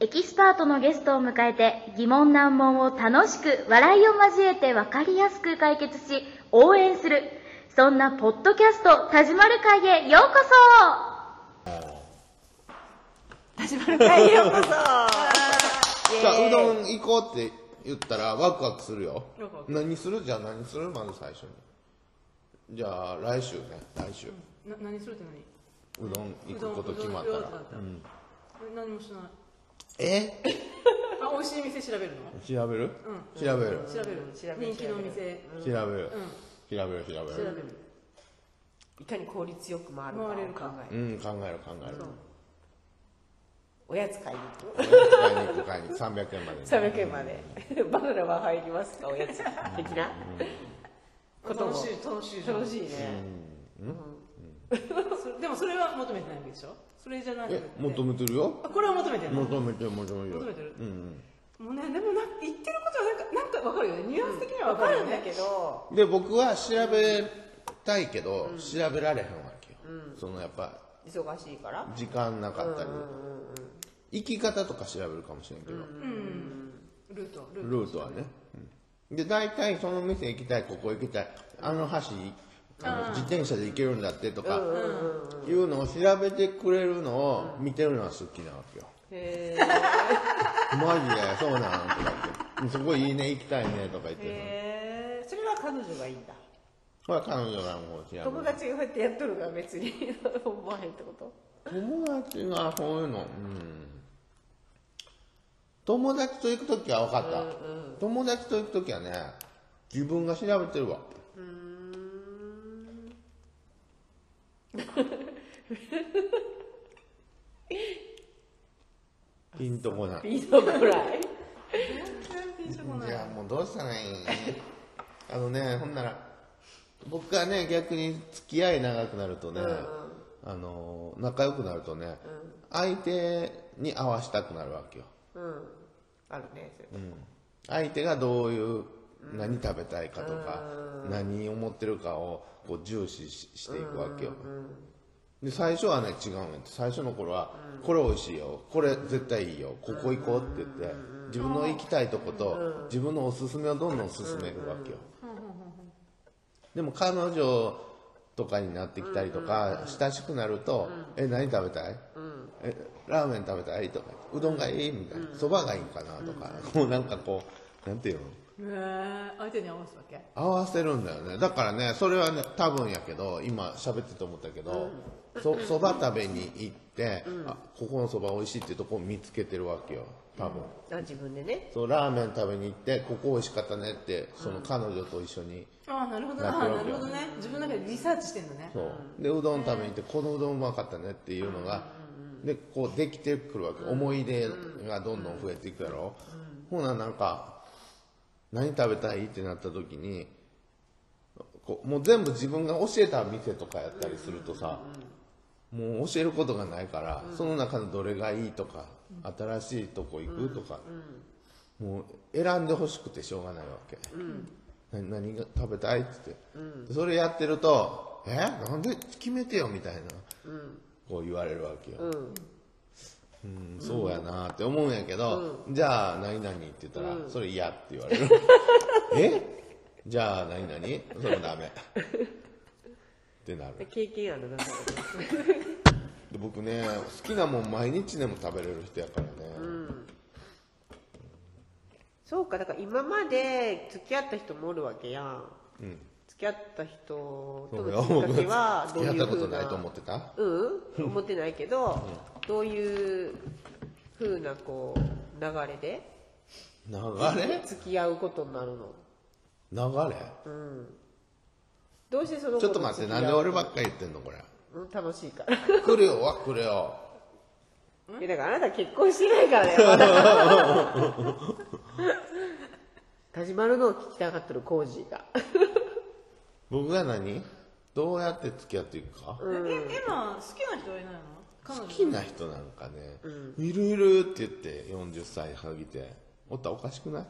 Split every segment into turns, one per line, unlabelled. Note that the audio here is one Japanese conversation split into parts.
エキスパートのゲストを迎えて疑問難問を楽しく笑いを交えて分かりやすく解決し応援するそんなポッドキャスト「田島る会」へようこそ
始まるかいようこそ
じゃあうど
ん
ん行こうって言ったらワクワクするよ
ワクワク
何するじゃあ何するまず最初にじゃあ来週ね来週、
な何するって
うどん
何
行くこと決まった
うどんうどん
ら
うどんってなった何もしない
え
あ美味しい店調べるの
調べる、調べる
調べる人気の店
調べる、調べる調べ
調べ
る
る
いかに効率よく回るかを
回れる
考
か
える
うん考える考える
おやつ買いに行く
買いに行く買いに行く300円までね、
300円までバナナは入りますかおやつ的なことも
楽しい楽しい
楽しいね
それ でもそれは求めてないわけでしょそれじゃなくて
え求めてるよ
あこれは求めてるの
求めてる求めてる
求めてる
うん
もうねでもな言ってることはなんかなんかわかるよねニュアンス的にはわ
わ
か
か
るよ
るんだ
ね
けど
うんで僕は調べたいけど、調べられへんわけよ、そのやっぱ
忙しいから
時間なかったり、行き方とか調べるかもしれんけど、
ルートルー
ルートはね、うん、で大体その店行きたいここ行きたいあの橋あの自転車で行けるんだってとかいうのを調べてくれるのを見てるのは好きなわけよ
へ
マジでそうなんとか言ってすごいいいね行きたいねとか言って
えそれは彼女がいいんだ
まあ彼女がもう調べる
友達がこうやってやっとるから別に思わへんってこと
友達がそういうのうん友達と行く時は分かった、友達と行く時はね自分が調べてるわピンとこない
いいのぐらい
いやもうどうしたらいいのあのねほんなら僕はね逆に付き合い長くなるとね、あの仲良くなるとね、相手に合わしたくなるわけよ、
うんあるねそれ
うん相手がどういう何食べたいかとか、何思ってるかをこう重視ししていくわけよ、で最初はね違うねんって最初の頃は、これ美味しいよこれ絶対いいよここ行こうって言って、自分の行きたいとこと、自分のおすすめをどんどん進めるわけよ、でも彼女とかになってきたりとか、親しくなると「え何食べたいえ」ラーメン食べたい?」とか「うどんがいい?」みたいな「そばがいいんかな?」とか、もうなんかこうなんていうの
トへえ相手に合わすわけ
合わせるんだよねだからねそれはね多分やけど今喋ってて思ったけど、そそば食べに行って、あここのそば美味しいっていうとこを見つけてるわけよ多分、
あ自分でね
そうラーメン食べに行ってここ美味しかったねってその彼女と一緒に、
ああなるほど
な
な
ってるわ
な
け
る
よ
ほどね自分の中でリサーチしてんのね
そうでうどん食べに行ってこのうどんうまかったねっていうのが、でこうできてくるわけ、思い出がどんどん増えていくやろ、ほななんか何食べたいってなった時にこうもう全部自分が教えた店とかやったりするとさ、もう教えることがないから、その中のどれがいいとか新しいとこ行くとか、もう選んでほしくてしょうがないわけ、な何が食べたいって言って、それやってると「えなんで決めてよ」みたいな、こう言われるわけよ、うんそうやなって思うんやけど、じゃあ何々って言ったら、それ嫌って言われ るえじゃあ何々それもダメってなる
で経験あるな それ
で僕ね好きなもん毎日でも食べれる人やからね、
そうかだから今まで付き合った人もおるわけやん、
ん
付き合った人と
そう
の
よ
きっかけはど
付
う
き合った
いうふ
こ
う
と
な
ないと思ってた
うん思ってないけど、どういうふうなこう流れで
流れ
付き合うことになるの
流れ
どうしてその子
ちょっ
と
と待って
付き
な
合うん
で俺ばっかり言ってんのこれ
うん楽しいから
来るよは来るよ
えだからあなた結婚してないからねまだ始まるのを聞きたかったるコージーが
僕が何どうやって付き合っていくか、
ええ今好きな人はいないの彼女
好きな人なんかね、いるいるって言って40歳過ぎておったらおかしくない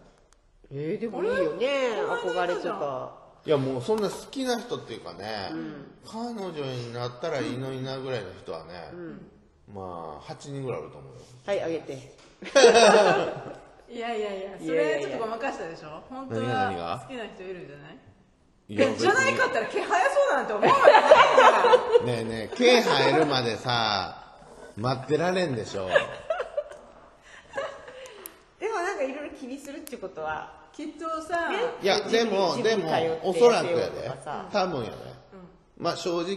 えー、でもいいよね
あれ
憧れとか
いやもうそんな好きな人っていうかね、彼女になったらいいのになぐらいの人はね、まあ8人ぐらいあると思うよ
はいあげて
いやいやいやそれちょっとごまかしたでしょ本当
何が何が
は好きな人いるんじゃない
いや
えじゃないかったら毛生えそうだなんて思うわ
別にねえねえ毛生えるまでさ待ってられんでしょ
でもなんかいろいろ気にするってことは
けないきっとさ
いやでも
ジム
で
ジム
も
通って
おそらくや
やって
で
よとかさ
多分やで、まあ正直、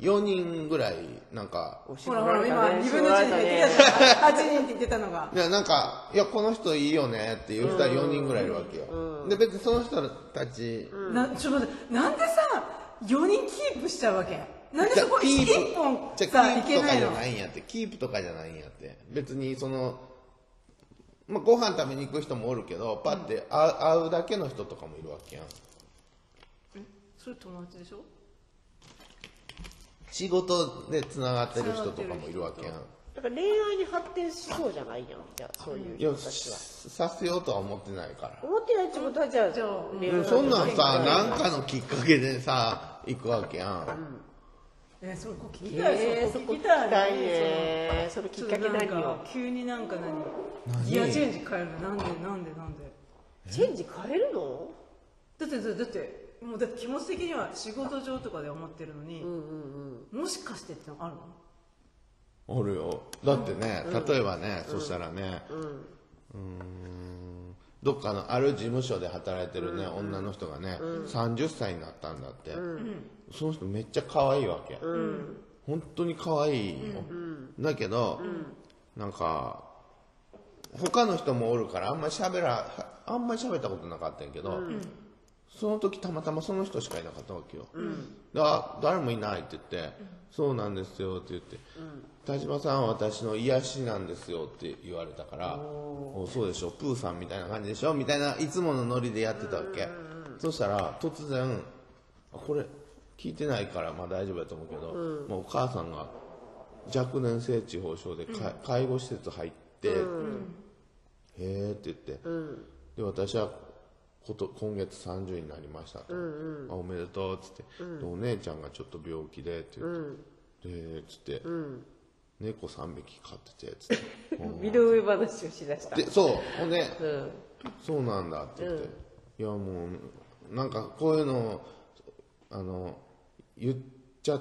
4人ぐらいなんか
ほらほら今2分の
の
1に減ってきたじゃん8人って言ってたのが
いやなんかいやこの人いいよねっていう人は4人ぐらいいるわけよ、で別にその人たち、
なちょっと待ってなんでさ4人キープしちゃうわけなんでそこ
キープ
1本
じゃ
さ
キ
いけ
ープとか
ない
じゃ
の
ないんやってキープとかじゃないんやって別にその、まあ、ご飯食べに行く人もおるけどパッて会う,、会うだけの人とかもいるわけやん
それ友達でしょ
仕事でつながってる人とかもいるわけやん
だから恋愛に発展しそうじゃないやんじゃあそういう
いや
人たちは
させようとは思ってないから
思ってないってことはじゃあ
じゃあ
恋愛
でも
の
そんなんさなんかのきっかけでさ行くわけやん、
えーそこ聞きたい、
えーそ
そ
こ
こ聞
聞き
き
た
た
い
い
ねそのき
そ
っ
の
かけ
ちょっと
何
なん
よ
か急になんか
何
何ギアチェンジ変えるのなんでなんでなんで
チェンジ変えるの
だってだってだってもうだって気持ち的には仕事上とかで思ってるのに、もしかしてってのあるの
おるよだってね、例えばね、そしたらねうーんどっかのある事務所で働いてるね、女の人がね、30歳になったんだって、その人めっちゃ可愛いわけ、本当に可愛いよ、だけど、なんか他の人もおるからあんまり喋らあんまり喋ったことなかったんやけど、その時たまたまその人しかいなかったわけよ、であ誰もいないって言って、そうなんですよって言って、田島さんは私の癒しなんですよって言われたからおそうでしょプーさんみたいな感じでしょみたいないつものノリでやってたわけ、そしたら突然あこれ聞いてないからまあ大丈夫だと思うけど、もうお母さんが若年性痴呆症でか、介護施設入って、へえって言って、で私はこと今月30になりましたと、あおめでとうっつって、でお姉ちゃんがちょっと病気でって言って、でつって、猫3匹飼っててっつってうん
身の上話をしだした
でそうほんで、
うん
そうなんだって言って、いやもうなんかこういうのをあの言っちゃ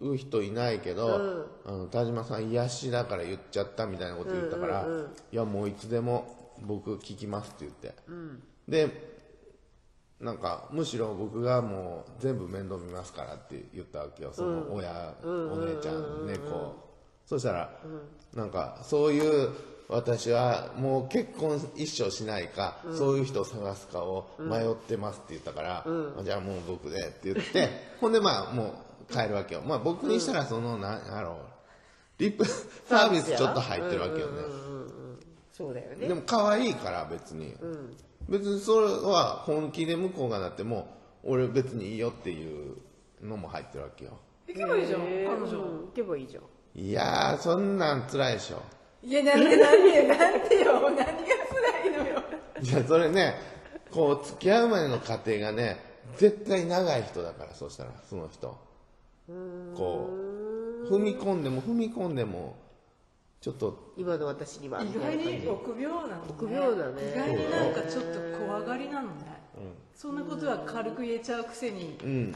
う人いないけど、あの田島さん癒しだから言っちゃったみたいなこと言ったから、いやもういつでも僕聞きますって言って、でなんかむしろ僕がもう全部面倒見ますからって言ったわけよその親、お姉ちゃん、猫そしたら、なんかそういう私はもう結婚一生しないか、そういう人を探すかを迷ってますって言ったから、じゃあもう僕でって言ってほんでまあもう帰るわけよまあ僕にしたらそのなんやろうリップサービスちょっと入ってるわけよね、
そうだよね
でも可愛いから別に、別にそれは本気で向こうがなっても俺別にいいよっていうのも入ってるわけよ
行けばいいじゃん、
えー
彼女、
うん行けばいいじゃん
いやーそんなん辛いでしょ
いやなんでなんでなんでよ何が辛いのよ
いやそれねこう付き合うまでの過程がね絶対長い人だからそうしたらその人こう踏み込んでも踏み込んでもちょっと
今の私には
意外に臆病なのね
臆病だね
意外になんかちょっと怖がりなのね、そんなことは軽く言えちゃうくせに、
うん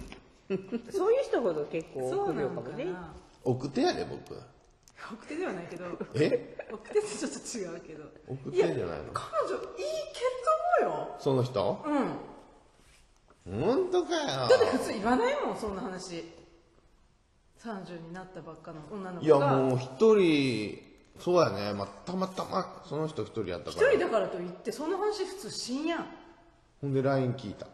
そういう人ほど結構
そう
臆
な
病
の
かも
か
ね
な
奥手やで僕
奥手ではないけど
え
奥手ってちょっと違うけど
奥手じゃないの
彼女いいけども
その人
ようん
本当かよ
だって普通言わないもんそんな話30になったばっかの女の
い
子
や
が
もう一人そうやね、まあ、たまたまその人一人やった
一
から
人だからといってそんな話普通しんやんい
ほんで LINE 聞いた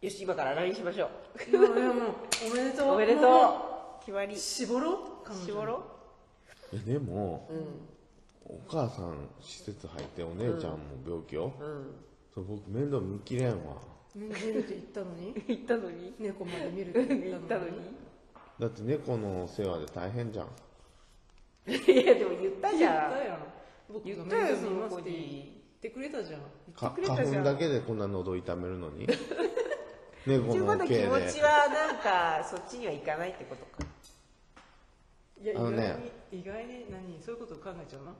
よし今から LINE しましょ
やいやもうおめでと
う
う
おめでとう
も
決まり
う
し
絞ろう彼女
ぼろ
えでも、お母さん施設入ってお姉ちゃんも病気よ、そう僕面倒見きれんわ
見るって言ったのに
行ったのに
猫まで見るっ
行
て言っ
ったた
の
の
に
に
だって猫の世話で大変じゃん
いやでも言ったじ
言っ
ゃん
たやん僕
言
が
ったよ
面
そ
倒見
の
ます
子
って言
に
ってくれたじゃん
か
言ってくれ
花
たじゃ
粉
ん
だけでこんな喉痛めるの に猫
一応
の
ま
毛
だ気持
で
ちはなんかそっちには行かないってことか
いや意
あの
外
ね
に意外に何そういうこと考えちゃうの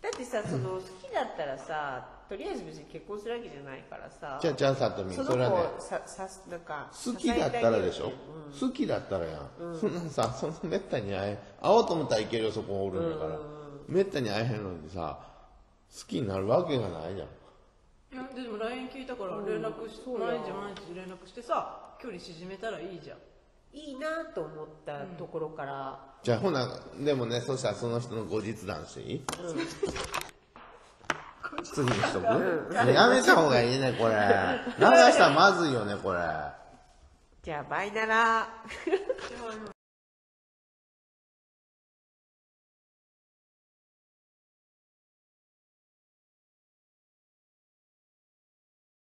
だってさその好きだったらさとりあえず別に結婚するわけじゃないからさ
じゃあじゃあさとみ
そ
そ
の子
れはね
をささすなんか
好きだったらでしょ
支えてあげるっていううん
好きだったらやん、そんなん さそんなめったに会え会おうと思ったらいけるよそこおるんだから、めったに会えへんのにさ好きになるわけがないじゃん
いやでも LINE 聞いたから連絡し、毎日毎日連絡してさ距離縮めたらいいじゃん
いいなと思ったところから、
じゃあほなでもねそしたらその人の後日談していい、次にしとく、ねやめた方がいいねこれ流したらまずいよねこれ
じゃあバイなら
でもあの